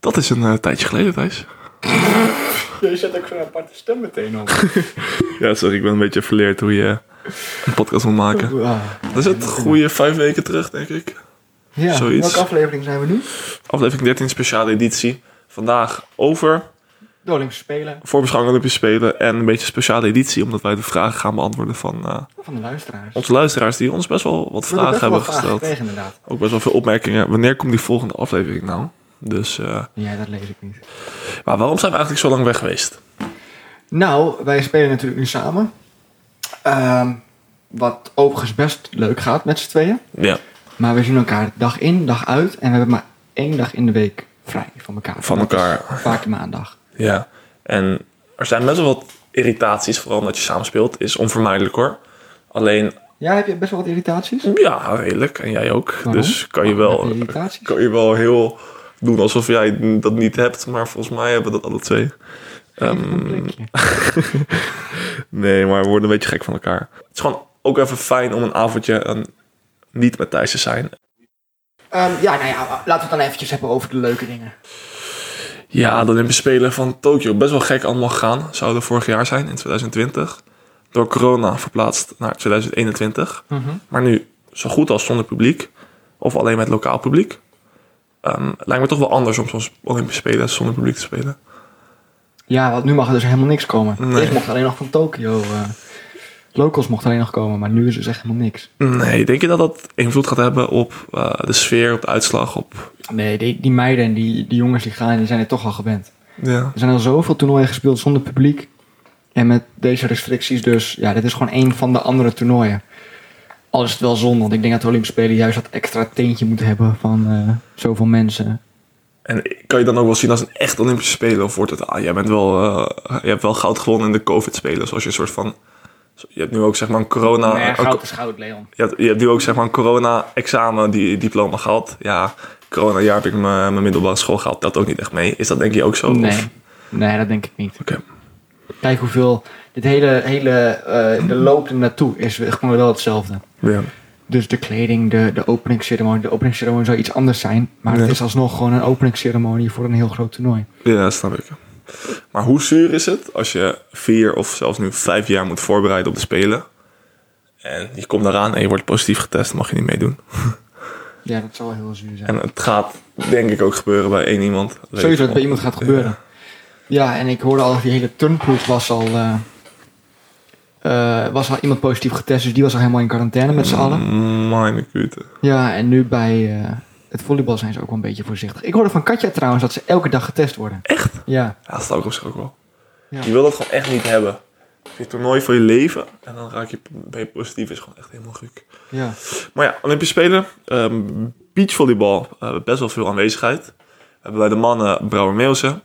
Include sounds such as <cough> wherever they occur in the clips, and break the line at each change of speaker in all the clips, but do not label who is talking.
dat is een eh, tijdje geleden, Thijs.
<laughs> Je zet ook zo'n aparte stem meteen <laughs> op.
Ja, sorry, ik ben een beetje verleerd hoe je een podcast moet <laughs> maken.
ja,
Dat is het goede vijf weken terug, denk ik. Zoiets.
welke aflevering zijn we nu?
Aflevering 13, speciale editie. Vandaag over
De Olympische Spelen
voorbeschouwing Olympische Spelen en een beetje een speciale editie, omdat wij de vragen gaan beantwoorden van eh,
van de luisteraars.
onze luisteraars die ons best wel wat
We best
vragen
wel
hebben
vragen
gesteld.
gekregen, inderdaad.
Ook best wel veel opmerkingen. Wanneer komt die volgende aflevering nou? Dus, eh,
Ja, dat lees ik niet.
maar waarom zijn we eigenlijk zo lang weg geweest?
Nou, wij spelen natuurlijk nu samen. Ehm, wat overigens best leuk gaat met z'n tweeën.
Ja,
Maar we zien elkaar dag in, dag uit. En we hebben maar één dag in de week vrij van elkaar.
Van
Dat is
elkaar.
Vaak de maandag.
ja. En er zijn best wel wat irritaties, vooral omdat je samenspeelt, is onvermijdelijk hoor. Alleen,
Ja, heb je best wel wat irritaties?
ja, redelijk. En jij ook.
Waarom?
Dus kan je
Heb
wel,
je irritaties?
kan je wel heel doen alsof jij dat niet hebt, maar volgens mij hebben we dat alle twee.
Een
Ehm,
plekje.
Nee, maar we worden een beetje gek van elkaar. Het is gewoon ook even fijn om een avondje eh, niet met Thijs te zijn.
Ehm, ja, nou ja, laten we het dan eventjes hebben over de leuke dingen.
Ja, de Olympische Spelen van Tokio. Best wel gek allemaal gegaan. Zouden vorig jaar zijn, in 2020. Door corona verplaatst naar 2021.
Mhm.
Maar nu zo goed als zonder publiek. Of alleen met lokaal publiek. Ehm, lijkt me toch wel anders om zo'n Olympische Spelen zonder publiek te spelen.
Ja, want nu mag er dus helemaal niks komen.
Nee.
Eerst mocht alleen nog van Tokio. eh, locals mochten alleen nog komen, maar nu is er dus echt helemaal niks.
Nee, denk je dat dat invloed gaat hebben op eh, de sfeer, op de uitslag? Op...
Nee, die, die meiden en die, die jongens die gaan, die zijn er toch al gewend.
Ja.
Er zijn al zoveel toernooien gespeeld zonder publiek. En met deze restricties dus, ja, dit is gewoon één van de andere toernooien. Al is het wel zonde, want ik denk dat de Olympische Spelen juist dat extra teentje moeten hebben van eh, zoveel mensen.
En kan je dan ook wel zien als een echt Olympische Spelen? Of wordt het, ah, jij bent wel, eh, je hebt wel goud gewonnen in de COVID-spelen. Zoals je een soort van, je hebt nu Ah, ook zeg maar een corona...
nee,
een-
goud is goud, Leon.
je, hebt, je hebt nu ook zeg maar een corona-examen, die diploma gehad. Ja, corona-jaar heb ik mijn, mijn middelbare school gehad. Dat ook niet echt mee. Is dat denk je ook zo? Of-
Nee, nee, dat denk ik niet.
Oké.
Kijk hoeveel, dit hele, hele eh de loop er naartoe is gewoon wel hetzelfde.
Ja.
Dus de kleding, de, de openingsceremonie. De openingsceremonie zou iets anders zijn. Maar het
Ja.
is alsnog gewoon een openingsceremonie voor een heel groot toernooi.
ja, snap ik. Maar hoe zuur is het als je vier of zelfs nu vijf jaar moet voorbereiden op de Spelen? En je komt daaraan en je wordt positief getest, dan mag je niet meedoen.
Ja, dat zal wel heel zuur zijn.
En het gaat denk ik ook gebeuren bij één iemand.
Sowieso dat het bij iemand gaat gebeuren. Ja, en ik hoorde al dat die hele turnploeg was al... eh, eh, was al iemand positief getest, dus die was al helemaal in quarantaine met z'n allen.
Mijn kute.
Ja, en nu bij eh, het volleybal zijn ze ook wel een beetje voorzichtig. Ik hoorde van Katja trouwens dat ze elke dag getest worden.
Echt?
Ja,
Ja, dat staat ook op zich ook wel.
Ja.
Je wil dat gewoon echt niet hebben. Je toernooi van je leven en dan raak je, ben je positief, is gewoon echt helemaal gek.
ja.
Maar ja, Olympische Spelen, ehm, beachvolleybal, eh, best wel veel aanwezigheid. We hebben bij de mannen Brouwer Meelsen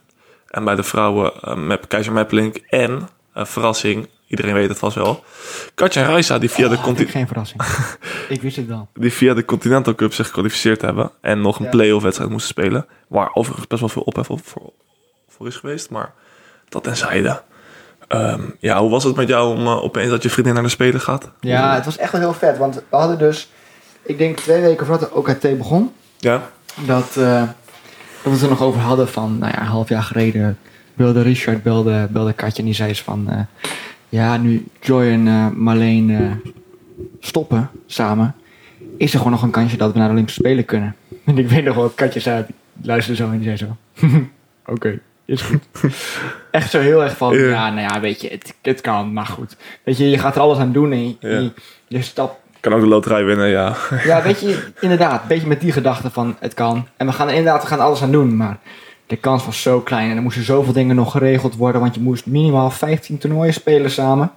en bij de vrouwen eh, Mep, Keizer Meppelink en, eh, verrassing, iedereen weet het vast wel, Katja Reisa die via, de,
Ah, natuurlijk
conti-
geen verrassing. ik wist het wel.
die via de Continental Cup zich gekwalificeerd hebben en nog een
Ja.
play-off wedstrijd moesten spelen. Waar overigens best wel veel ophef op voor, voor is geweest, maar dat tenzijde. Ehm ja, hoe was het met jou om eh, opeens dat je vriendin naar de Spelen gaat?
Ja, het was echt wel heel vet. Want we hadden dus, ik denk twee weken voordat de OKT begon,
Ja?
dat, eh, dat we het er nog over hadden van, nou ja, een half jaar geleden belde Richard, belde, belde Katje en die zei eens van, eh, ja, nu Joy en eh, Marleen eh, stoppen samen, is er gewoon nog een kansje dat we naar de Olympische Spelen kunnen. En ik weet nog wel, Katje zei, luister zo en die zei zo, <laughs> oké. Is goed. <laughs> Echt zo heel erg van,
Ja.
ja, nou ja, weet je, het, het kan, maar goed. Weet je, je gaat er alles aan doen en je,
Ja.
je, je stapt
Kan ook de loterij winnen, ja.
<laughs> ja, weet je, inderdaad, een beetje met die gedachte van het kan. En we gaan er inderdaad, we gaan er alles aan doen, maar de kans was zo klein. En er moesten zoveel dingen nog geregeld worden, want je moest minimaal 15 toernooien spelen samen.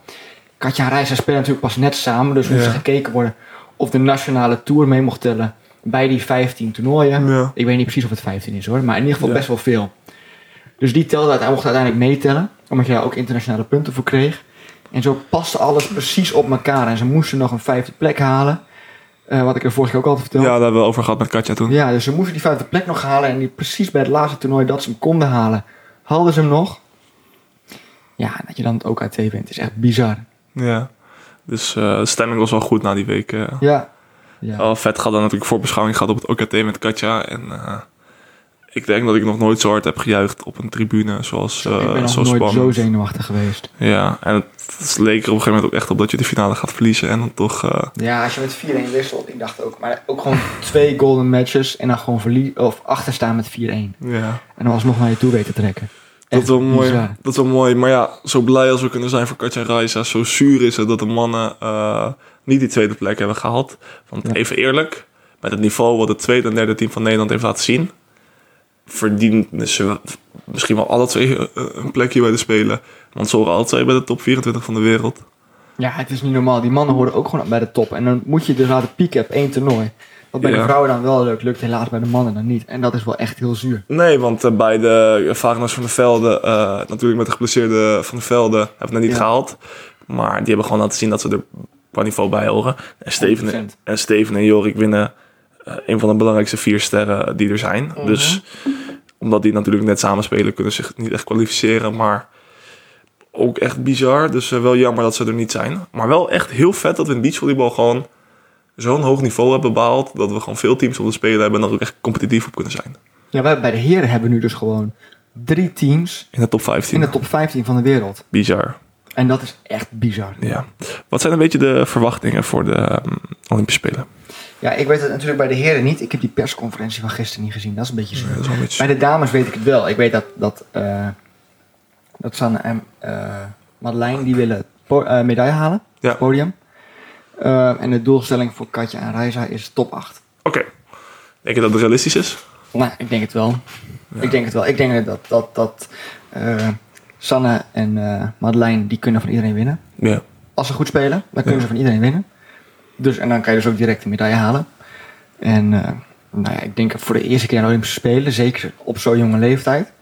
Katja en Reisa spelen natuurlijk pas net samen, dus moest
Ja.
gekeken worden of de nationale tour mee mocht tellen bij die 15 toernooien.
Ja.
Ik weet niet precies of het 15 is hoor, maar in ieder geval
Ja.
best wel veel. Dus die telde uite- hij mocht uiteindelijk meetellen, omdat je daar ook internationale punten voor kreeg. En zo paste alles precies op elkaar. En ze moesten nog een vijfde plek halen. eh, wat ik er vorige keer ook al had
Ja,
verteld.
daar hebben we over gehad met Katja toen.
Ja, dus ze moesten die vijfde plek nog halen. En die, precies bij het laatste toernooi dat ze hem konden halen, hadden ze hem nog. Ja, en dat je dan het OKT wint, is echt bizar.
Ja. Dus eh, de stemming was wel goed na die week. eh.
Ja. ja.
Oh, Wel vet gaat dan natuurlijk voorbeschouwing gehad op het OKT met Katja. En eh, ik denk dat ik nog nooit zo hard heb gejuicht op een tribune zoals, eh
ik ben nog
zoals
nooit
spannend.
zo zenuwachtig geweest.
Ja, en het, het leek er op een gegeven moment ook echt op dat je de finale gaat verliezen. En dan toch, eh,
Ja, als je met 4-1 wisselt, ik dacht ook. Maar ook gewoon <laughs> twee golden matches en dan gewoon verlie of achterstaan met 4-1. En
ja,
dan alsnog naar je toe weten trekken.
dat is
Echt
wel mooi.
bizar.
Dat is wel mooi. Maar ja, zo blij als we kunnen zijn voor Katja Reisa, zo zuur is het dat de mannen eh, niet die tweede plek hebben gehaald. Want
Ja.
even eerlijk, met het niveau wat het tweede en derde team van Nederland heeft laten zien, verdienen ze misschien wel alle twee eh, een plekje bij de Spelen. Want ze horen alle twee bij de top 24 van de wereld.
Ja, het is niet normaal. Die mannen horen ook gewoon bij de top. En dan moet je dus laten pieken op één toernooi. Wat bij
Ja.
de vrouwen dan wel lukt, lukt helaas bij de mannen dan niet. En dat is wel echt heel zuur.
Nee, want eh, bij de Vagners van de Velde, eh, natuurlijk met de geblesseerde van de Velde, hebben we het nog niet
Ja.
gehaald. Maar die hebben gewoon laten zien dat ze er qua niveau bij horen. En Steven,
100%.
en, Steven en Jorik winnen eh, een van de belangrijkste vier sterren die er zijn. Dus omdat die natuurlijk net samen spelen, kunnen ze zich niet echt kwalificeren. Maar ook echt bizar. Dus eh, wel jammer dat ze er niet zijn. Maar wel echt heel vet dat we in beachvolleybal gewoon zo'n hoog niveau hebben behaald. Dat we gewoon veel teams op de spelen hebben en daar ook echt competitief op kunnen zijn.
Ja, wij bij de heren hebben nu dus gewoon drie teams
In de top 15.
in de top 15 van de wereld.
Bizar.
En dat is echt bizar.
Ja. Wat zijn een beetje de verwachtingen voor de ehm, Olympische Spelen?
Ja, ik weet het natuurlijk bij de heren niet. Ik heb die persconferentie van gisteren niet gezien. Dat is een beetje zuur.
Dat is wel een beetje...
Bij de dames weet ik het wel. Ik weet dat, dat, eh, dat Sanne en eh Madeleine die willen po- eh, medaille halen.
Ja.
het Podium. Eh, en de doelstelling voor Katja en Reisa is top 8.
Oké. Denk je dat het realistisch is?
Nou, ik denk het wel. Ik denk het wel. Ik denk dat, dat, dat eh, Sanne en eh Madeleine die kunnen van iedereen winnen.
Ja.
Als ze goed spelen, dan kunnen ze van iedereen winnen. Dus, en dan kan je dus ook direct de medaille halen. En eh, nou ja, ik denk voor de eerste keer aan de Olympische Spelen, zeker op zo'n jonge leeftijd.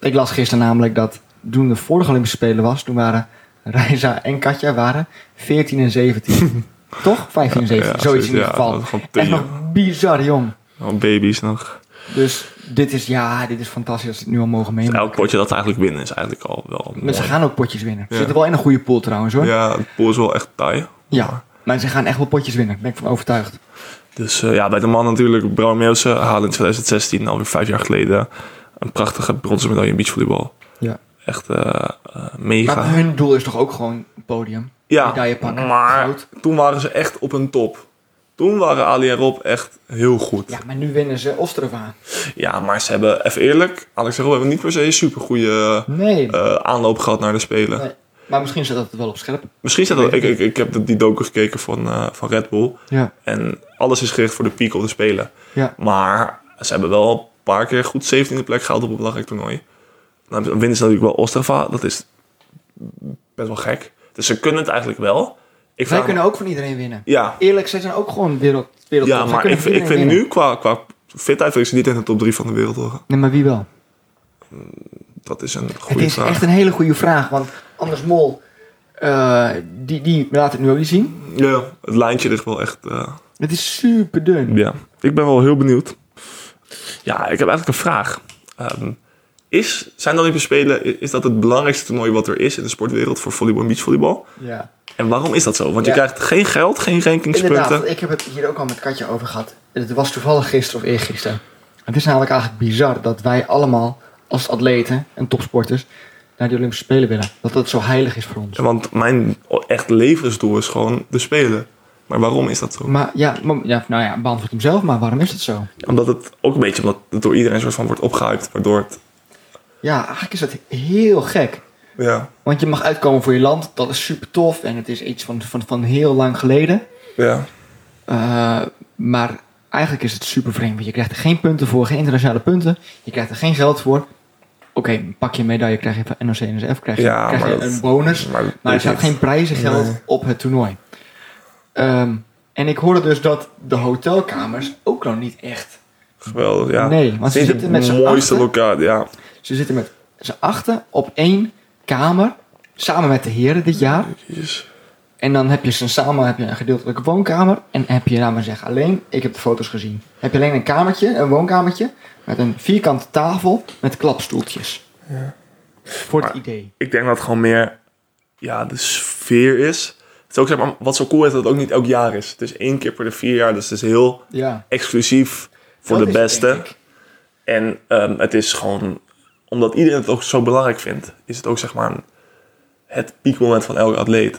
Ik las gisteren namelijk dat toen de vorige Olympische Spelen was, toen waren Reisa en Katja waren 14
<laughs>
en 17. Toch? 15 en 17,
Ja,
zoiets in
ja,
ieder geval.
dat is gewoon
Echt
tien,
nog bizar jong.
Oh, baby's nog.
Dus dit is, ja, dit is fantastisch dat ze het nu al mogen meemaken.
Dus Elk potje dat ze eigenlijk winnen is eigenlijk al wel
Maar ze
mooi.
gaan ook potjes winnen. Ze
Ja.
zitten wel in een goede pool trouwens hoor. Ja.
Ja, het pool is wel echt taai.
Maar ze gaan echt wel potjes winnen, daar ben ik van overtuigd.
Dus eh, ja, bij de man natuurlijk. Brouwer Meeuwse haalde in 2016, alweer vijf jaar geleden, een prachtige bronzen medaille in beachvolleybal.
Ja.
Echt eh, eh, mega.
Maar hun doel is toch ook gewoon het podium? Medaille pakken,
maar
goud.
toen waren ze echt op een top. Toen waren Ali en Rob echt heel goed.
Ja, maar nu winnen ze Ostrava.
Ja, maar ze hebben, even eerlijk, Alex en Rob hebben niet per se een super goede
Nee.
aanloop gehad naar de Spelen.
nee. Eh, Maar misschien zet dat het wel op scherp.
Misschien staat dat, ik, ik, ik heb die docu gekeken van, eh, van Red Bull.
Ja.
En alles is gericht voor de piek op de Spelen.
Ja.
Maar ze hebben wel een paar keer goed 17e plek gehaald op een belangrijk toernooi. Dan winnen ze natuurlijk wel Ostrava. Dat is best wel gek. Dus ze kunnen het eigenlijk wel. Ik vraag
Zij
me-
kunnen ook van iedereen winnen.
Ja,
Eerlijk, zij zijn ook gewoon wereld, wereldtop.
ja
Zij
maar ik,
kunnen van
ik
iedereen
vind
winnen.
nu qua, qua fitheid vind ik ze niet in de top 3 van de wereld horen.
Nee, maar wie wel?
Dat is een
Het
goede
is
vraag.
echt een hele goede vraag, want Anders Mol, eh, die, die laat het nu ook niet zien.
Ja, het lijntje ligt wel echt... eh,
Het is super dun.
Ja, ik ben wel heel benieuwd. Ja, ik heb eigenlijk een vraag. Ehm, is, zijn de Olympische Spelen, i- is dat het belangrijkste toernooi wat er is in de sportwereld voor volleybal en beachvolleybal?
Ja.
En waarom is dat zo? Want
Ja.
je krijgt geen geld, geen rankingspunten.
Inderdaad, ik heb het hier ook al met Katja over gehad. Het was toevallig gisteren of eergisteren. Het is namelijk eigenlijk bizar dat wij allemaal als atleten en topsporters naar de Olympische Spelen willen. Dat dat zo heilig is voor ons.
Ja, Want mijn o- echt levensdoel is gewoon de Spelen. Maar waarom is dat zo?
Maar ja, maar- ja nou ja, beantwoord hem zelf, maar waarom is dat zo?
Omdat het ook een beetje omdat het door iedereen soort van wordt opgehyped. Waardoor het,
Ja, eigenlijk is dat heel gek.
ja,
Want je mag uitkomen voor je land, dat is super tof en het is iets van, van, van heel lang geleden.
ja.
Eh, maar eigenlijk is het super vreemd, want je krijgt er geen punten voor, geen internationale punten. Je krijgt er geen geld voor. Oké, pak je een medaille, krijg je van NOC en NSF, krijg je,
Ja,
krijg
maar
je
dat-
een bonus.
Maar,
Maar er
weet
staat
niet.
geen prijzengeld
Nee.
op het toernooi. Ehm, en ik hoorde dus dat de hotelkamers ook nog niet echt...
Geweldig, ja.
Nee, want ze
Niet
zitten met
de
z'n
mooiste
achten.
locatie, ja.
Ze zitten met z'n achten op één kamer, samen met de heren dit jaar.
Jezus.
En dan heb je ze samen heb je een gedeeltelijke woonkamer. En heb je, laat maar zeggen, alleen, ik heb de foto's gezien. Heb je alleen een kamertje, een woonkamertje. Met een vierkante tafel met klapstoeltjes. Voor het
Maar-
idee.
ik denk dat het gewoon meer ja, de sfeer is. Het is ook, zeg maar, wat zo cool is, dat het ook niet elk jaar is. Het is één keer per de vier jaar, dus het is heel
Ja.
exclusief voor de
Dat is het,
beste.
denk ik.
En ehm, het is gewoon, omdat iedereen het ook zo belangrijk vindt, is het ook zeg maar een- het piekmoment van elke atleet.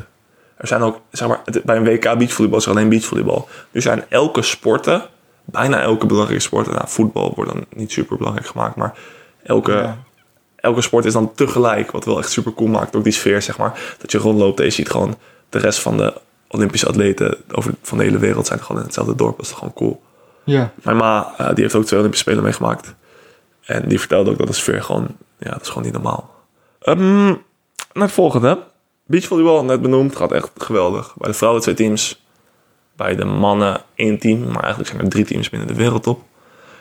Er zijn ook, zeg maar, het- bij een WK beachvolleybal is er alleen beachvolleybal. Nu zijn elke sporten, bijna elke belangrijke sporten, nou voetbal wordt dan niet super belangrijk gemaakt, maar elke,
Ja.
elke sport is dan tegelijk, wat wel echt super cool maakt. Ook die sfeer, zeg maar, dat je rondloopt en je ziet gewoon de rest van de Olympische atleten over, van de hele wereld zijn gewoon in hetzelfde dorp. Dat is toch gewoon cool.
Ja.
Mijn ma, eh, die heeft ook twee Olympische Spelen meegemaakt. En die vertelde ook dat de sfeer gewoon... Ja, dat is gewoon niet normaal. Ehm, naar het volgende. Beachvolleybal, net benoemd, gaat echt geweldig. Bij de vrouwen twee teams. Bij de mannen één team. Maar eigenlijk zijn er drie teams binnen de wereldtop.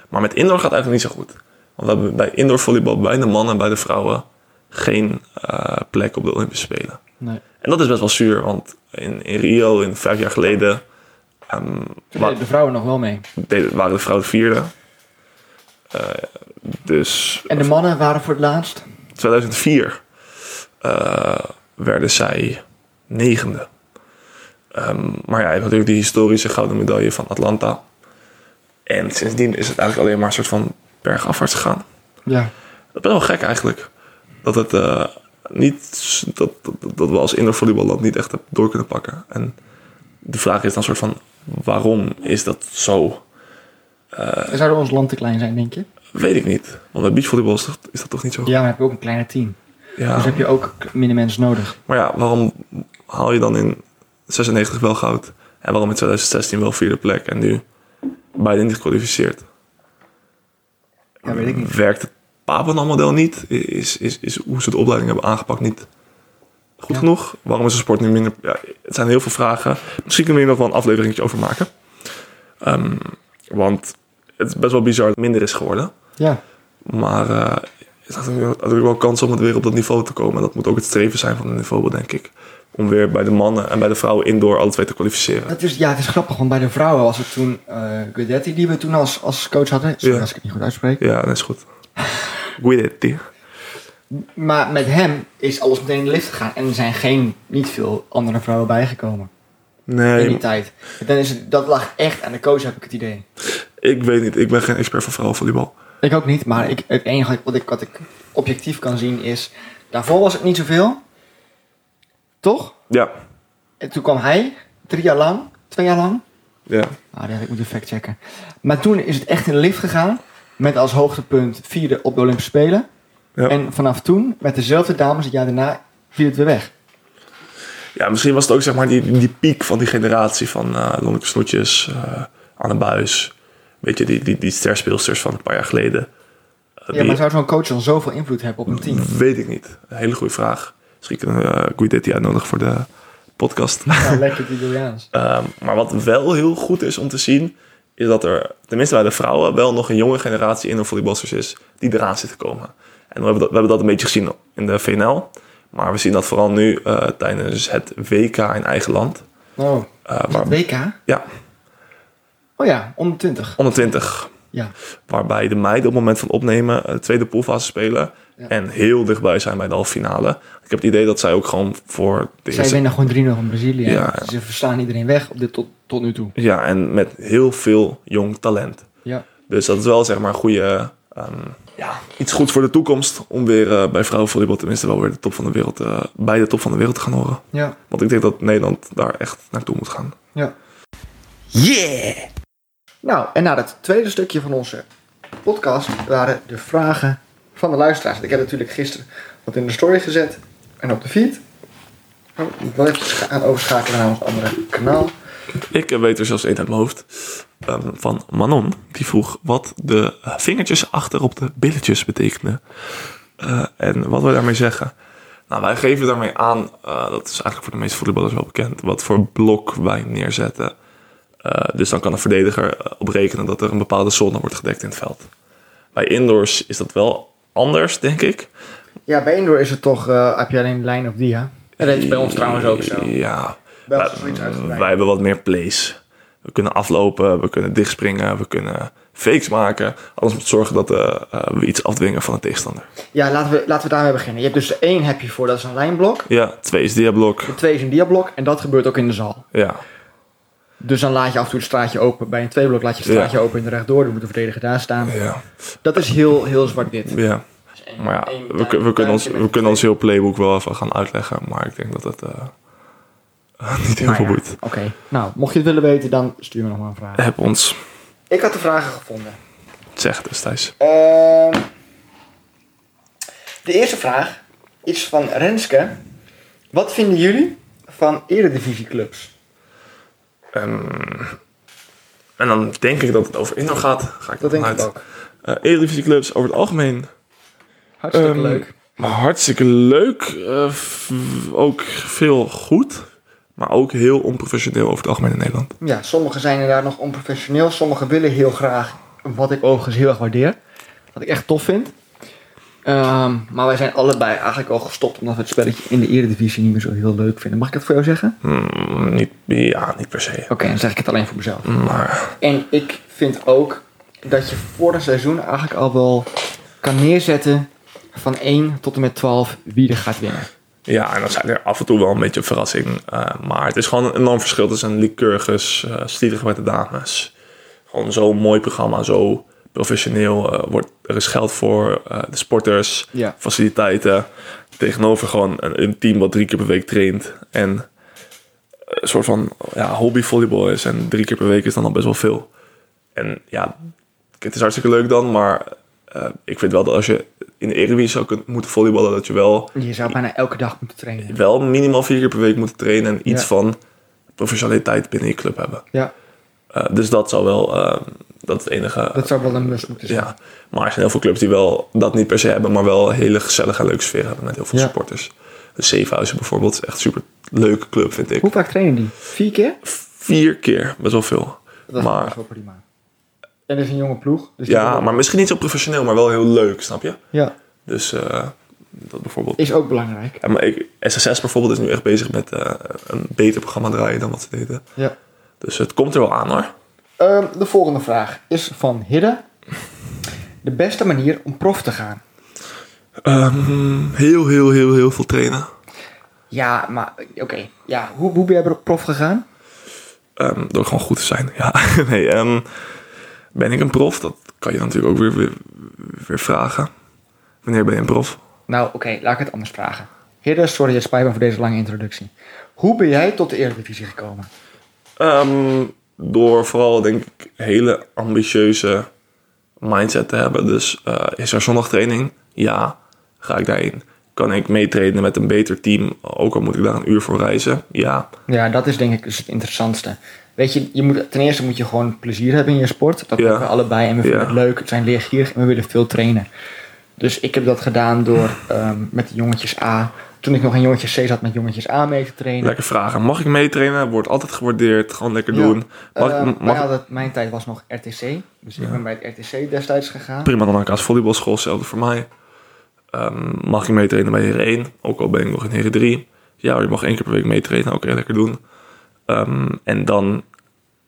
Maar met indoor gaat het eigenlijk niet zo goed. Want we hebben bij indoor volleybal bij de mannen en bij de vrouwen... geen eh, plek op de Olympische Spelen.
Nee.
En dat is best wel zuur, want in, in Rio, in vijf jaar geleden... ehm,
Toen
wa-
deden de vrouwen nog wel mee.
deden, waren de vrouwen vierde. Eh, dus
En de mannen waren voor het laatst.
2004 eh, werden zij negende. Ehm, maar ja, je hebt natuurlijk die historische gouden medaille van Atlanta. En sindsdien is het eigenlijk alleen maar een soort van bergafwaarts gegaan.
Ja.
Dat is wel gek eigenlijk. Dat, het, eh, niet, s- dat, dat, dat we als indoor volleyballand niet echt hebben door kunnen pakken. En de vraag is dan soort van, waarom is dat zo? Eh.
Zouden ons land te klein zijn, denk je?
Weet ik niet. Want bij beachvolleybal is dat, is dat toch niet zo?
Ja, maar heb je ook een kleiner team.
Ja.
Dus heb je ook k- minder mensen nodig.
Maar ja, waarom haal je dan in 96 wel goud? En waarom in 2016 wel vierde plek? En nu beide niet gekwalificeerd?
Ja, weet ik niet.
Werkt het Papenal-model niet? Is, is, is hoe ze de opleiding hebben aangepakt niet goed
Ja.
genoeg? Waarom is de sport nu minder... Ja, het zijn heel veel vragen. Misschien kunnen we hier nog wel een afleveringetje over maken. Ehm, want het is best wel bizar dat het minder is geworden.
Ja.
Maar eh er is natuurlijk natuurlijk wel kans om het weer op dat niveau te komen. En dat moet ook het streven zijn van het niveau, denk ik. Om weer bij de mannen en bij de vrouwen indoor alle twee te kwalificeren.
Het is, ja, het is grappig, want bij de vrouwen was het toen eh Guidetti die we toen als, als coach hadden. Sorry
Ja.
als ik het niet goed uitspreek.
Ja, dat is goed. Guidetti.
Maar met hem is alles meteen in de lift gegaan. En er zijn geen, niet veel andere vrouwen bijgekomen in die
Nee,
tijd. Dan is het, dat lag echt aan de coach, heb ik het idee.
ik weet niet. Ik ben geen expert van vrouwenvolleybal.
Ik ook niet, maar ik, het enige wat ik, wat ik objectief kan zien is... Daarvoor was het niet zoveel. Toch?
Ja,
En toen kwam hij, drie jaar lang, twee jaar lang.
ja.
Ah, die had ik moeten factchecken. Maar toen is het echt in de lift gegaan. Met als hoogtepunt vierde op de Olympische Spelen.
Ja.
En vanaf toen, met dezelfde dames het jaar daarna, viel het weer weg.
ja, misschien was het ook zeg maar die, die piek van die generatie van eh Lonneke Snoetjes, eh Anne Buis. Weet je, die, die, die sterspeelsters van een paar jaar geleden. Eh,
Ja,
die-
maar zou zo'n coach dan zoveel invloed hebben op een team?
Weet ik niet. Een hele goede vraag. Misschien kunnen we eh, Guidetti uitnodigen voor de podcast.
Ja, lekker die Italiaans.
<laughs> Ehm, maar wat wel heel goed is om te zien, is dat er, tenminste bij de vrouwen, wel nog een jonge generatie in volleybalsters is die eraan zit te komen. En we hebben, dat, we hebben dat een beetje gezien in de VNL. Maar we zien dat vooral nu eh, tijdens het WK in eigen land.
Oh,
Eh,
is
waar,
het WK?
ja,
Oh ja, onder 20.
120.
Ja.
Waarbij de meiden op het moment van opnemen eh, de tweede poolfase spelen.
Ja.
En heel dichtbij zijn bij de halve finale. Ik heb het idee dat zij ook gewoon voor de
Zij
eerste
winnen gewoon 3-0 van
Ja,
Brazilië.
ja.
Ze verslaan iedereen weg op dit tot, tot nu toe.
Ja, en met heel veel jong talent.
Ja.
Dus dat is wel zeg maar een goede. ehm, ja, iets goeds voor de toekomst. Om weer eh, bij vrouwenvolleybal tenminste wel weer de top van de wereld, eh, bij de top van de wereld te gaan horen.
Ja.
Want ik denk dat Nederland daar echt naartoe moet gaan.
Ja. Yeah! Nou, en naar het tweede stukje van onze podcast waren de vragen van de luisteraars. Ik heb natuurlijk gisteren wat in de story gezet en op de feed. Oh, ik moet wel even scha- aan overschakelen naar ons andere kanaal.
Ik eh, weet er zelfs één uit mijn hoofd. ehm, van Manon. Die vroeg wat de eh, vingertjes achter op de billetjes betekenen. Eh, en wat we daarmee zeggen. Nou, wij geven daarmee aan, eh, dat is eigenlijk voor de meeste voetballers wel bekend, wat voor blok wij neerzetten. Eh, dus dan kan een verdediger eh, op rekenen dat er een bepaalde zone wordt gedekt in het veld. Bij indoors is dat wel anders, denk ik.
Ja, bij Indoor is het toch, eh, heb je alleen lijn op die, hè?
En dat is bij ons trouwens ook zo.
Ja.
Wel
Wij-
zoiets uitgebreid.
wij hebben wat meer plays. We kunnen aflopen, we kunnen dichtspringen, we kunnen fakes maken. Alles moet zorgen dat eh, eh, we iets afdwingen van de tegenstander.
Ja, laten we, laten we daarmee beginnen. Je hebt dus de één heb je voor, dat is een lijnblok.
Ja, twee is diablok.
De twee is een diablok en dat gebeurt ook in de zaal.
Ja,
Dus dan laat je af en toe het straatje open. Bij een tweeblok laat je het straatje open en rechtdoor. Dan moet de verdediger daar staan.
Ja.
Dat is heel, heel zwart-wit.
ja. Maar ja, we, kun- we, kunnen ons, we kunnen <laughs> ons heel playbook wel even gaan uitleggen. Maar ik denk dat het eh, <laughs> niet heel
Nou
veel
ja,
boeit.
Oké, nou, mocht je het willen weten, dan stuur me nog maar een
<laughs>
vraag.
Heb ons.
Ik had de vragen gevonden.
Zeg dus, Thijs.
Ehm, de eerste vraag is van Renske. Wat vinden jullie van eredivisieclubs?
Ehm, en dan denk ik dat het over indoor gaat. Ga ik
Dat denk ik
vanuit.
ook.
Eh, Eredivisie clubs over het algemeen
Hartstikke
Ehm,
leuk.
hartstikke leuk. Eh, f- ook veel goed. Maar ook heel onprofessioneel over het algemeen in Nederland.
Ja, sommigen zijn inderdaad nog onprofessioneel. Sommigen willen heel graag, wat ik overigens heel erg waardeer. Wat ik echt tof vind. Ehm, maar wij zijn allebei eigenlijk al gestopt omdat we het spelletje in de eredivisie niet meer zo heel leuk vinden. Mag ik dat voor jou zeggen?
Hmm, niet, ja, niet per se.
Oké, dan zeg ik het alleen voor mezelf.
Maar
En ik vind ook dat je voor het seizoen eigenlijk al wel kan neerzetten van 1 tot en met 12 wie er gaat winnen.
ja, en dan zijn er af en toe wel een beetje een verrassing. Eh, maar het is gewoon een enorm verschil tussen Lycurgus, eh Stierig met de Dames. Gewoon zo'n mooi programma, zo professioneel. eh, wordt, er is geld voor eh, de sporters.
Ja.
faciliteiten. Tegenover gewoon een, een team wat drie keer per week traint. En een soort van ja, hobbyvolleybal is. En drie keer per week is dan al best wel veel. En ja, het is hartstikke leuk dan. Maar eh, ik vind wel dat als je in de Eredivisie zou kunnen, moeten volleyballen... dat je wel,
Je zou bijna elke dag moeten trainen.
wel minimaal vier keer per week moet trainen. En iets
Ja.
van professionaliteit binnen je club hebben.
Ja,
Eh, dus dat zou wel... eh, dat is het enige...
dat zou wel een must moeten zijn.
ja, maar er zijn heel veel clubs die wel dat niet per se hebben, maar wel een hele gezellige en leuke sfeer hebben met heel veel
Ja.
supporters. De Zevenhuizen bijvoorbeeld is echt een super leuke club, vind ik.
Hoe vaak trainen die? Vier keer?
Vier keer, best wel veel.
Dat is
Maar-
best wel prima. En dat is een jonge ploeg. Dus die
Ja,
hebben-
maar misschien niet zo professioneel, maar wel heel leuk, snap je?
ja,
Dus eh, dat bijvoorbeeld.
is ook belangrijk.
Ja, maar ik, SSS bijvoorbeeld is nu echt bezig met eh, een beter programma draaien dan wat ze deden.
Ja.
Dus het komt er wel aan hoor.
Ehm, de volgende vraag is van Hidde. De beste manier om prof te gaan.
Ehm, heel, heel, heel, heel veel trainen.
Ja, maar oké. Ja, hoe, hoe ben jij prof gegaan?
Ehm, door gewoon goed te zijn. Ja, <laughs> nee. ehm, ben ik een prof? Dat kan je natuurlijk ook weer, weer, weer vragen. Wanneer ben je een prof?
Nou, oké, laat ik het anders vragen. Hidde, sorry, het spijt me voor deze lange introductie. Hoe ben jij tot de Eredivisie gekomen?
Ehm, door vooral, denk ik, hele ambitieuze mindset te hebben. Dus eh, is er zondagtraining? Ja. Ga ik daarin? Kan ik meetrainen met een beter team? Ook al moet ik daar een uur voor reizen? Ja.
Ja, dat is denk ik dus het interessantste. Weet je, je moet, ten eerste moet je gewoon plezier hebben in je sport. Dat
Ja.
hebben we allebei en we vinden
Ja.
het leuk. We zijn leergierig en we willen veel trainen. Dus ik heb dat gedaan door
<laughs>
ehm, met de jongetjes A. Toen ik nog in jongetjes C zat met jongetjes A mee te trainen.
Lekker vragen. Mag ik meetrainen? Wordt altijd gewaardeerd. Gewoon lekker
Ja.
doen. Mag,
Eh,
mag-
wij hadden- mijn tijd was nog RTC. Dus ik ben bij het RTC destijds gegaan.
prima dan elkaars volleybalschool, hetzelfde voor mij. Ehm, mag ik meetrainen bij Heren 1, ook al ben ik nog in Heren 3. Ja, je mag één keer per week meetrainen, oké, lekker doen. Ehm, en dan,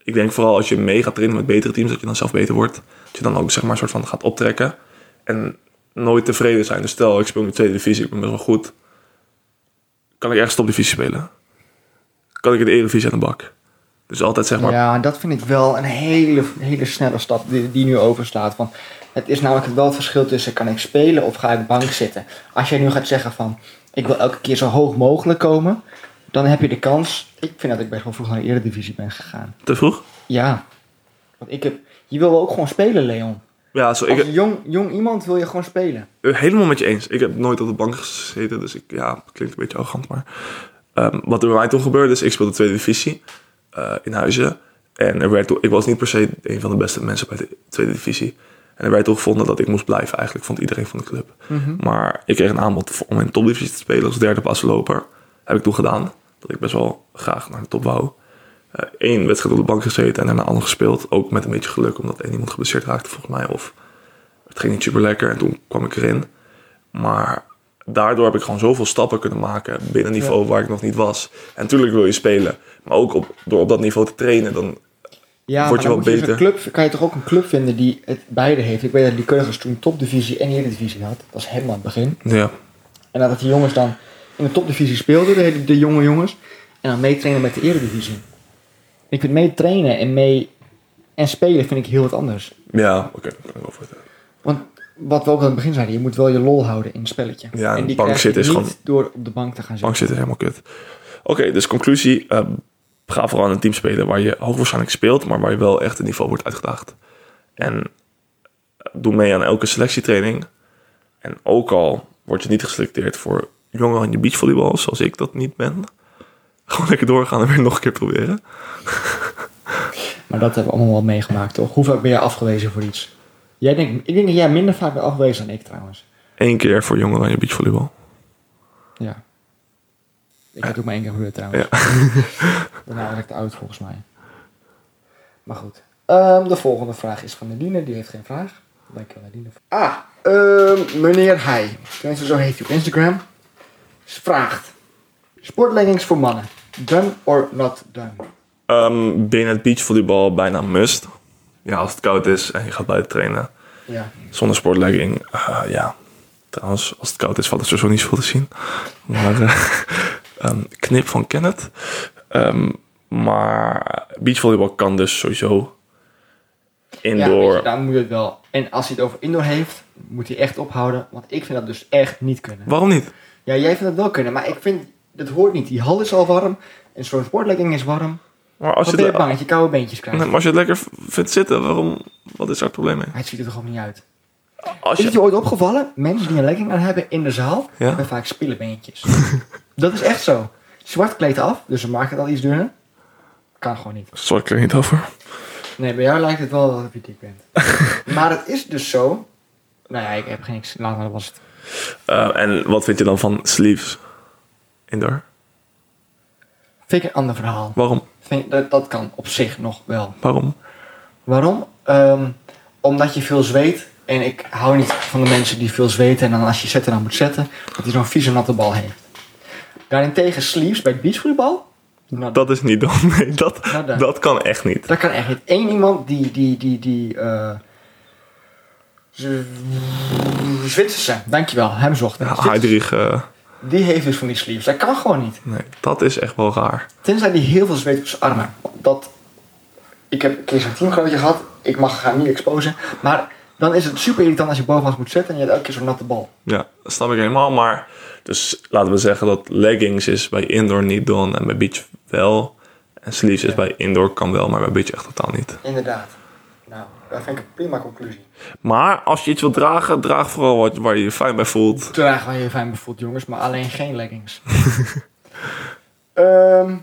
ik denk vooral als je mee gaat trainen met betere teams, dat je dan zelf beter wordt. Dat je dan ook zeg maar een soort van gaat optrekken. En nooit tevreden zijn. Dus stel, ik speel in de tweede divisie, ik ben best wel goed. Kan ik ergens topdivisie spelen? Kan ik in de Eredivisie aan de bak? Dus altijd zeg maar,
Ja, dat vind ik wel een hele, hele snelle stap die, die nu overstaat. Want het is namelijk wel het verschil tussen kan ik spelen of ga ik bank zitten. Als jij nu gaat zeggen van ik wil elke keer zo hoog mogelijk komen, dan heb je de kans. Ik vind dat ik best wel vroeg naar de Eredivisie ben gegaan.
te vroeg?
Ja, want ik heb, je wil ook gewoon spelen, Leon.
Ja, zo, ik,
Als jong, jong iemand wil je gewoon spelen.
Eh, Helemaal met je eens. Ik heb nooit op de bank gezeten, dus ik, ja, het klinkt een beetje arrogant, maar... ehm, wat er bij mij toen gebeurde is, ik speelde tweede divisie eh, in Huizen. En er werd, toen- ik was niet per se een van de beste mensen bij de tweede divisie. En er werd toen gevonden dat ik moest blijven eigenlijk, vond iedereen van de club. Maar ik kreeg een aanbod voor- om in de topdivisie te spelen als derde pasloper. Heb ik toen gedaan, dat ik best wel graag naar de top wou. Eén wedstrijd op de bank gezeten en daarna ander gespeeld. Ook met een beetje geluk, omdat één iemand geblesseerd raakte volgens mij. Of het ging niet super lekker en toen kwam ik erin. Maar daardoor heb ik gewoon zoveel stappen kunnen maken binnen een niveau waar ik nog niet was. En natuurlijk wil je spelen, maar ook op, door op dat niveau te trainen, dan
Ja,
Word je
maar dan
wel
moet dus
beter.
een club, kan je toch ook een club vinden die het beide heeft. Ik weet dat die Kurgers toen topdivisie en Eredivisie had. Dat was helemaal het begin.
ja.
En nadat die jongens dan in de topdivisie speelden, de, hele- de jonge jongens, en dan meetrainen met de eredivisie. Ik vind mee trainen en mee en spelen vind ik heel wat anders.
Ja, oké. daar kan ik wel voor zeggen.
Wat we ook aan het begin zeiden, je moet wel je lol houden in het spelletje.
Ja, en
en die
bank
krijg je
zitten is
niet
gewoon-
door op de bank te gaan zitten.
Bank zitten is helemaal kut. Oké, dus conclusie. eh, ga vooral in een team spelen waar je hoogwaarschijnlijk speelt, maar waar je wel echt een niveau wordt uitgedaagd. En eh, doe mee aan elke selectietraining. En ook al word je niet geselecteerd voor jongeren in je beachvolleybal, zoals ik dat niet ben. <laughs> Gewoon lekker doorgaan en weer nog een keer proberen.
Maar dat hebben we allemaal wel meegemaakt, toch? Hoe vaak ben jij afgewezen voor iets? Jij denkt, ik denk dat jij minder vaak bent afgewezen dan ik trouwens.
Eén keer voor jongeren in je beachvolleybal.
Ja. Ik heb het ook maar één keer gebeurd trouwens. <laughs> Daarna was ik te oud volgens mij. Maar goed. Ehm, de volgende vraag is van Nadine. Die heeft geen vraag. Dankjewel Nadine. Ah, ehm, meneer Hij. Tenminste, zo heet hij op Instagram. Ze vraagt. Sportleggings voor mannen. Done or not done?
Ehm binnen het beachvolleybal bijna must. Ja, als het koud is en je gaat buiten trainen.
Ja.
Zonder sportlegging, eh, ja. Trouwens, als het koud is, valt het sowieso niet veel te zien. Maar eh, <laughs> ehm, knip van Kenneth. Ehm, maar beachvolleybal kan dus sowieso
Ja, weet
indoor.
je, daar moet je het wel. En als hij het over indoor heeft, moet hij echt ophouden. Want ik vind dat dus echt niet kunnen.
Waarom niet?
Ja, jij vindt dat wel kunnen, maar ik vind, dat hoort niet. Die hal is al warm. En zo'n sportlegging is warm.
Maar als,
Wat
je
ben je
het,
bang dat je koude beentjes krijgt?
nee, maar als je het lekker v- vindt zitten, waarom? Wat is daar het probleem mee?
Maar het ziet er toch ook niet uit.
Als
Is
je,
het je ooit opgevallen? Mensen die een legging aan hebben in de zaal,
Ja?
hebben vaak spillebeentjes. <laughs> dat is echt zo. Zwart kleedt af, dus ze maken het al iets dunner. Kan gewoon niet.
Sorry, ik er niet over.
Nee, bij jou lijkt het wel dat je dik bent.
<laughs>
maar het is dus zo. Nou ja, ik heb geen... Laat maar, dat was het.
Eh, en wat vind je dan van sleeves? Indoor?
Vind ik een ander verhaal.
Waarom?
Vind, dat, dat kan op zich nog wel.
Waarom?
Waarom? Ehm, omdat je veel zweet. En ik hou niet van de mensen die veel zweten. En dan als je zetten dan moet zetten. Dat hij zo'n vieze natte bal heeft. Daarentegen sleeves bij beachvolleybal. Nou, dat,
Dat is niet dom. <laughs> Nee, dat,
Nou, daar.
dat kan echt niet.
dat kan echt niet. Eén iemand die... die, die, die eh, Z- Zwitserse, dankjewel. Hem zocht. ik.
Ja,
Zwitserse.
Heidrich, eh,
Die heeft dus van die sleeves. Dat kan gewoon niet.
nee, dat is echt wel raar.
Tenzij die heel veel zweet op zijn armen. Dat, ik heb een keer zo'n teamgenootje gehad. Ik mag haar niet exposen. Maar dan is het super irritant als je bovenaf moet zetten en je hebt elke keer zo'n natte bal.
Ja, dat snap ik helemaal. Maar dus laten we zeggen dat leggings is bij indoor niet done en bij beach wel. En sleeves is bij indoor kan wel, maar bij beach echt totaal niet.
Inderdaad. Nou, dat vind ik een prima conclusie.
Maar als je iets wilt dragen, draag vooral wat, waar je je fijn bij voelt.
Draag waar je je fijn bevoelt, jongens, maar alleen geen leggings. <laughs> Ehm.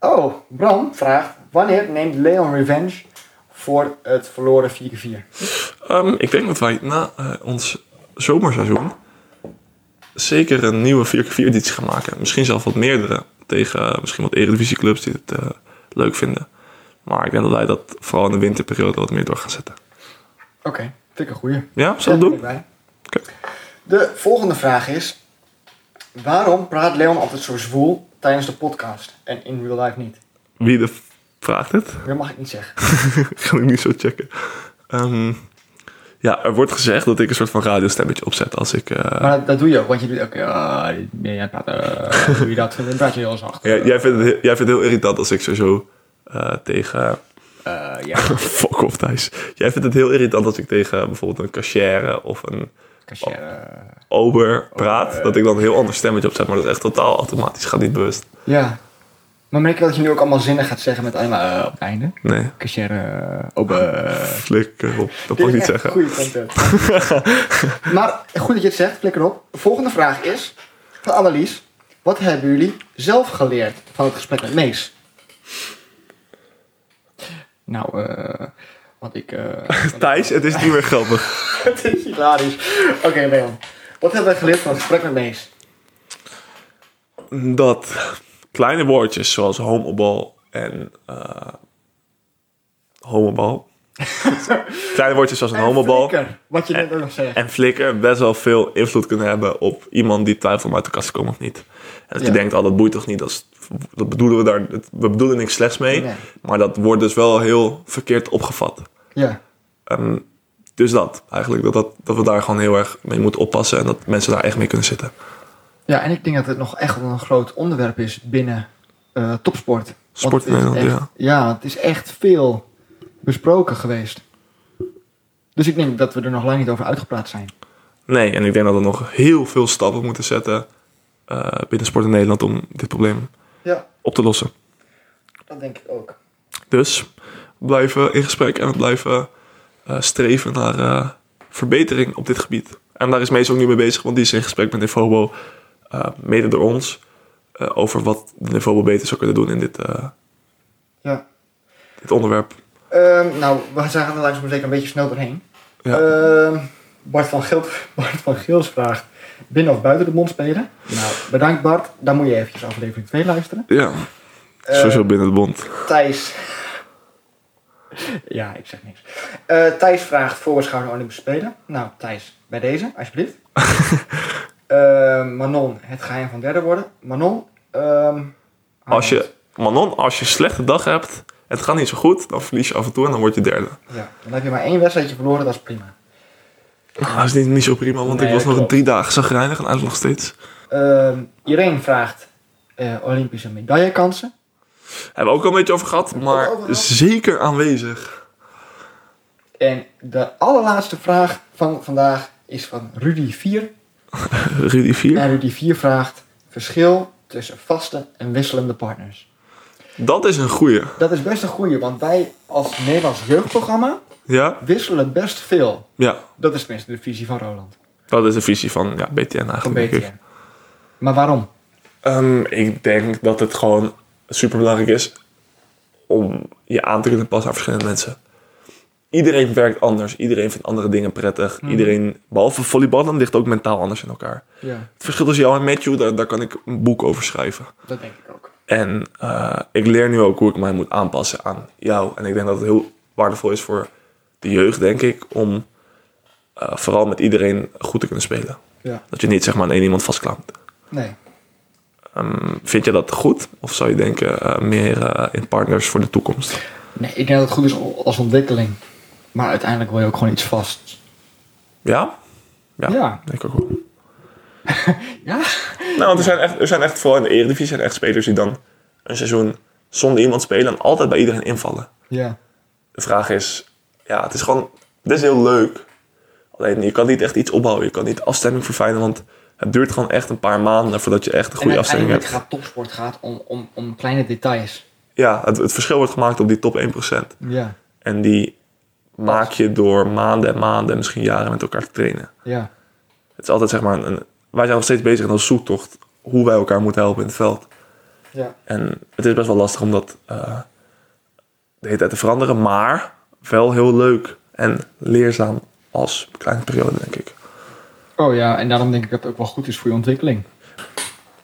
oh, Bram vraagt: Wanneer neemt Leon revenge voor het verloren 4x4?
Ehm, ik denk dat wij na eh, ons zomerseizoen zeker een nieuwe 4x4 editie gaan maken. Misschien zelfs wat meerdere. Tegen eh, misschien wat eredivisieclubs die het eh, leuk vinden. Maar ik denk dat wij dat vooral in de winterperiode wat meer door gaan zetten.
Oké, vind ik een goeie.
Ja, zullen we
Ja,
dat doen?
ben ik bij.
Oké.
De volgende vraag is: waarom praat Leon altijd zo zwoel tijdens de podcast en in real life niet?
Wie de f- vraagt het? <laughs>
Dat mag ik niet zeggen.
Ga ik niet zo checken. Ehm, ja, er wordt gezegd dat ik een soort van radiostemmetje opzet als ik... eh,
Maar dat, dat doe je ook, want je doet ook. eh, nee, jij praat. eh, doe je dat? Dan praat je heel zacht.
jij, jij vindt het, heel- jij vindt het heel irritant als ik sowieso eh, tegen... <laughs>
Eh, ja,
Fuck off, Thijs. Jij vindt het heel irritant als ik tegen bijvoorbeeld een cashier of een
cashier. eh.
ober praat. dat ik dan een heel ander stemmetje opzet. Maar dat is echt totaal automatisch. Gaat niet bewust.
Ja. Maar merk je dat je nu ook allemaal zinnen gaat zeggen met alleen maar eh, op het einde?
Nee,
Cashier. eh, op. eh,
flikker op. Dat mag ik niet
Dit is echt
zeggen.
Goede
<laughs>
content. maar goed dat je het zegt, flikker op. Volgende vraag is van Annelies. Wat hebben jullie zelf geleerd van het gesprek met Mees? Nou, eh want ik... <laughs> eh
Thijs, het is niet meer grappig.
het is hilarisch. Oké, Leon. Wat hebben wij geleerd van het gesprek met Mees?
Dat kleine woordjes zoals homobal en... eh
<laughs>
homobal. kleine woordjes zoals een homobal
Flikker, Wat je net ook nog zegt.
en flikker best wel veel invloed kunnen hebben op iemand die twijfelt om uit de kast te komen of niet. En dat je
Ja.
denkt, oh, dat boeit toch niet, dat, is- dat bedoelen we daar, dat- we bedoelen niks slechts mee.
Nee.
Maar dat wordt dus wel heel verkeerd opgevat.
Ja.
Ehm, dus dat, eigenlijk, dat, dat, dat we daar gewoon heel erg mee moeten oppassen en dat mensen daar echt mee kunnen zitten.
ja, en ik denk dat het nog echt wel een groot onderwerp is binnen eh, topsport.
Sport in
Want het is
Nederland,
echt-
ja.
Ja, het is echt veel besproken geweest. Dus ik denk dat we er nog lang niet over uitgepraat zijn.
Nee, en ik denk dat we nog heel veel stappen moeten zetten eh, binnen Sport in Nederland om dit probleem
Ja,
op te lossen.
dat denk ik ook.
Dus we blijven in gesprek en we blijven eh, streven naar eh, verbetering op dit gebied. En daar is Mees ook nu mee bezig, want die is in gesprek met Infobo, eh, mede door ons, eh, over wat Infobo beter zou kunnen doen in dit, eh,
Ja.
dit onderwerp.
Ehm, nou, we zijn er langzaam maar zeker een beetje snel doorheen.
Ja.
Ehm, Bart, van Gilt, <laughs> Bart van Gils vraagt, binnen of buiten de mond spelen? Nou, bedankt Bart. Dan moet je eventjes aflevering 2 luisteren.
Ja, sowieso binnen het bond.
Eh, Thijs. ja, ik zeg niks. Eh, Thijs vraagt voorbeschouwende Olympische Spelen. Nou, Thijs, bij deze, <laughs> alsjeblieft. Eh, Manon, het geheim van derde worden. Manon, ehm,
Als je, Manon, als je een slechte dag hebt, het gaat niet zo goed, dan verlies je af en toe en dan word je derde.
Ja, dan heb je maar één wedstrijdje verloren, dat is prima.
Nou, dat is niet, niet zo prima, want
Nee,
ik was nog
klopt.
drie dagen zagrijnig en hij is nog steeds.
Ehm Irene vraagt eh, Olympische medaillekansen.
Hebben we ook al een beetje over gehad, maar
Overal.
zeker aanwezig.
En de allerlaatste vraag van vandaag is van Rudy 4.
Rudy 4.
En Rudy 4 vraagt verschil tussen vaste en wisselende partners.
Dat is een goeie.
Dat is best een goeie, want wij als Nederlands jeugdprogramma
Ja?
wisselen best veel.
Ja.
Dat is tenminste de visie van Roland,
Dat is de visie van ja, BTN eigenlijk.
van
denk ik.
BTN. Maar waarom?
Ehm, ik denk dat het gewoon superbelangrijk is om je aan te kunnen passen aan verschillende mensen. Iedereen werkt anders. Iedereen vindt andere dingen prettig.
Hmm.
Iedereen, behalve volleyballen, ligt ook mentaal anders in elkaar.
Ja,
Het verschil tussen jou en Matthew, daar, daar kan ik een boek over schrijven.
dat denk ik ook.
En eh, ik leer nu ook hoe ik mij moet aanpassen aan jou. En ik denk dat het heel waardevol is voor de jeugd, denk ik, om eh, vooral met iedereen goed te kunnen spelen.
Ja.
Dat je niet zeg maar aan één iemand vastklampt.
Nee.
Ehm, vind je dat goed? Of zou je denken eh, meer eh, in partners voor de toekomst?
nee, ik denk dat het goed is als ontwikkeling. Maar uiteindelijk wil je ook gewoon iets vast.
Ja? Ja.
Ja.
Denk ik ook wel.
Ja?
Nou, want er zijn, echt, er zijn echt, vooral in de Eredivisie, zijn echt spelers die dan een seizoen zonder iemand spelen en altijd bij iedereen invallen.
Ja.
De vraag is, ja, het is gewoon, het is heel leuk. Alleen je kan niet echt iets opbouwen, je kan niet de afstemming verfijnen, want het duurt gewoon echt een paar maanden voordat je echt een goede
en
afstemming
uiteindelijk
hebt.
gaat topsport gaat om, om, om kleine details.
Ja, het, het verschil wordt gemaakt op die top 1%.
Ja,
En die maak je door maanden en maanden en misschien jaren met elkaar te trainen.
ja.
Het is altijd zeg maar, een, een- wij zijn nog steeds bezig in onze zoektocht hoe wij elkaar moeten helpen in het veld.
ja.
En het is best wel lastig om dat eh, de hele tijd te veranderen, maar wel heel leuk en leerzaam als kleine periode, denk ik.
Oh ja, en daarom denk ik dat het ook wel goed is voor je ontwikkeling.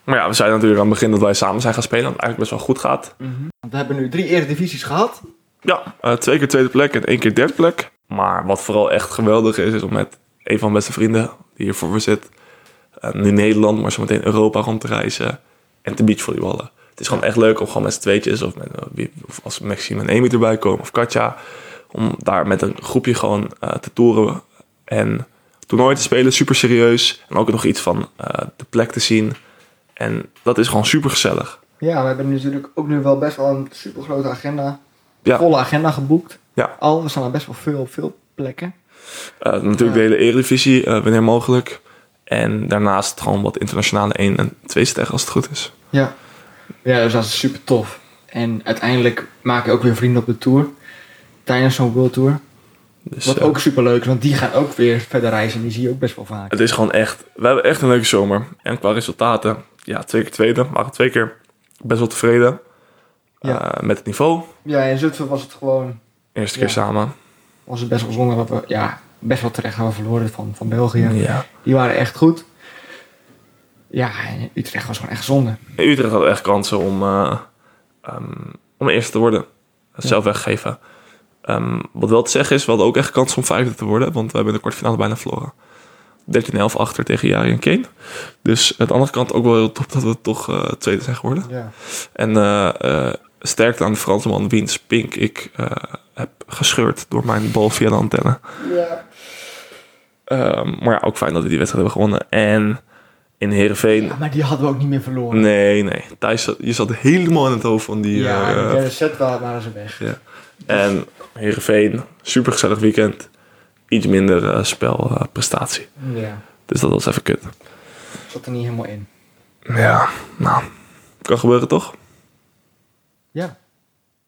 Maar ja, we zeiden natuurlijk aan het begin dat wij samen zijn gaan spelen. Dat het eigenlijk best wel goed gaat.
Want we hebben nu drie eredivisies gehad.
Ja, eh, twee keer tweede plek en één keer derde plek. Maar wat vooral echt geweldig is, is om met een van mijn beste vrienden die hier voor me zit. eh, nu Nederland, maar zometeen Europa rond te reizen. En te beachvolleyballen. Het is gewoon echt leuk om gewoon met z'n tweetjes of, met, eh, wie- of als Maxime en Amy erbij komen of Katja. Om daar met een groepje gewoon eh, te toeren en toernooien te spelen. Super serieus. En ook nog iets van eh, de plek te zien. En dat is gewoon super gezellig.
Ja, we hebben natuurlijk ook nu wel best wel een supergrote agenda.
Ja.
Volle agenda geboekt.
Ja.
Al, we staan er best wel veel op veel plekken.
Eh, natuurlijk de hele Eredivisie, eh, wanneer mogelijk. En daarnaast gewoon wat internationale 1 en 2 sterren als het goed is.
Ja. Ja, dus dat is super tof. En uiteindelijk maak je ook weer vrienden op de tour. Tijdens zo'n World Tour.
Dus,
Wat
eh,
ook super leuk is, want die gaan ook weer verder reizen. En die zie je ook best wel vaak.
Het is gewoon echt... We hebben echt een leuke zomer. En qua resultaten, ja, twee keer tweede. Maar twee keer best wel tevreden
Ja.
eh, met het niveau.
Ja, in Zutphen was het gewoon
Eerste keer
Ja.
samen.
was het best wel zonde dat we, ja, best wel terecht hebben verloren van, van België.
Ja.
Die waren echt goed. Ja, en Utrecht was gewoon echt zonde.
En Utrecht had echt kansen om, eh ehm, om eerste te worden. Zelf weggeven. Ehm, wat wel te zeggen is, we hadden ook echt kans om vijfde te worden. Want we hebben in de kwartfinale bijna verloren. 13-11 achter tegen Jari en Kane. Dus aan de andere kant ook wel heel top dat we toch eh, tweede zijn geworden.
Ja.
En eh, eh, sterkte aan de Fransman Wiens Pink. Ik eh, heb gescheurd door mijn bal via de antenne.
ja.
Ehm, maar ja, ook fijn dat we die wedstrijd hebben gewonnen. En In Heerenveen.
Ja, maar die hadden we ook niet meer verloren.
Nee, nee. Thijs, zat- je zat helemaal in het hoofd van die...
ja,
eh,
de derde set wa- waren ze weg.
en Heerenveen, supergezellig weekend. Iets minder eh, spelprestatie.
Ja,
dus dat was even kut.
zat er niet helemaal in.
Ja, nou. Kan gebeuren toch?
Ja,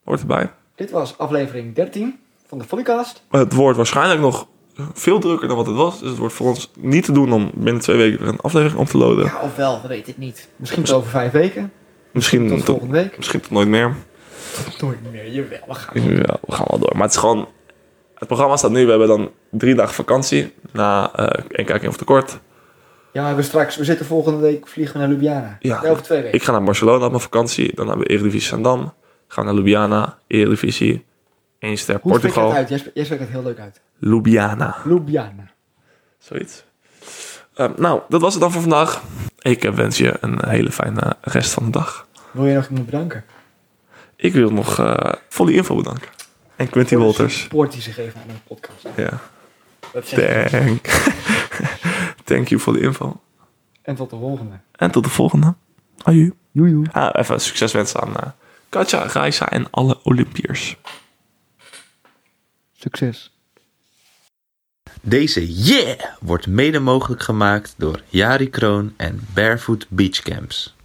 Hoort erbij.
dit was aflevering 13 van de Volleycast.
Het wordt waarschijnlijk nog veel drukker dan wat het was. Dus het wordt voor ons niet te doen om binnen twee weken weer een aflevering op te loaden.
Ja, ofwel, we weten het niet. Misschien tot over vijf weken.
misschien,
Tot
tot,
volgende week.
misschien Mm, tot nooit meer.
Nooit meer, jawel, we gaan.
Ja, we gaan wel door. Maar het is gewoon... Het programma staat nu. We hebben dan drie dagen vakantie. Na eh NK King of Tekort.
Ja, maar we straks, we zitten volgende week, vliegen we naar Ljubljana.
Ja.
over twee weken.
Ik ga naar Barcelona op mijn vakantie. Dan hebben we Eredivisie Zandam. Gaan we naar Ljubljana. Eredivisie. Eens ter
Hoe spreek je dat
Portugal.
uit? Jij spreekt jij spreekt het heel leuk uit.
Ljubljana.
Ljubljana.
Zoiets. Ehm, nou, dat was het dan voor vandaag. Ik eh, wens je een hele fijne rest van de dag.
Wil je nog iemand bedanken?
Ik wil nog eh Volley Info bedanken. En Quinty
De
Walters.
support die ze geven aan de podcast.
Ja.
Dat zeg ik.
Thank. Thank you voor de info.
En tot de volgende.
En tot de volgende. Aju.
Joejoe.
Ah, even succes wensen aan eh, Katja, Raisa en alle Olympiërs.
Succes.
Deze Yeah wordt mede mogelijk gemaakt door Jari Kroon en Barefoot Beach Camps.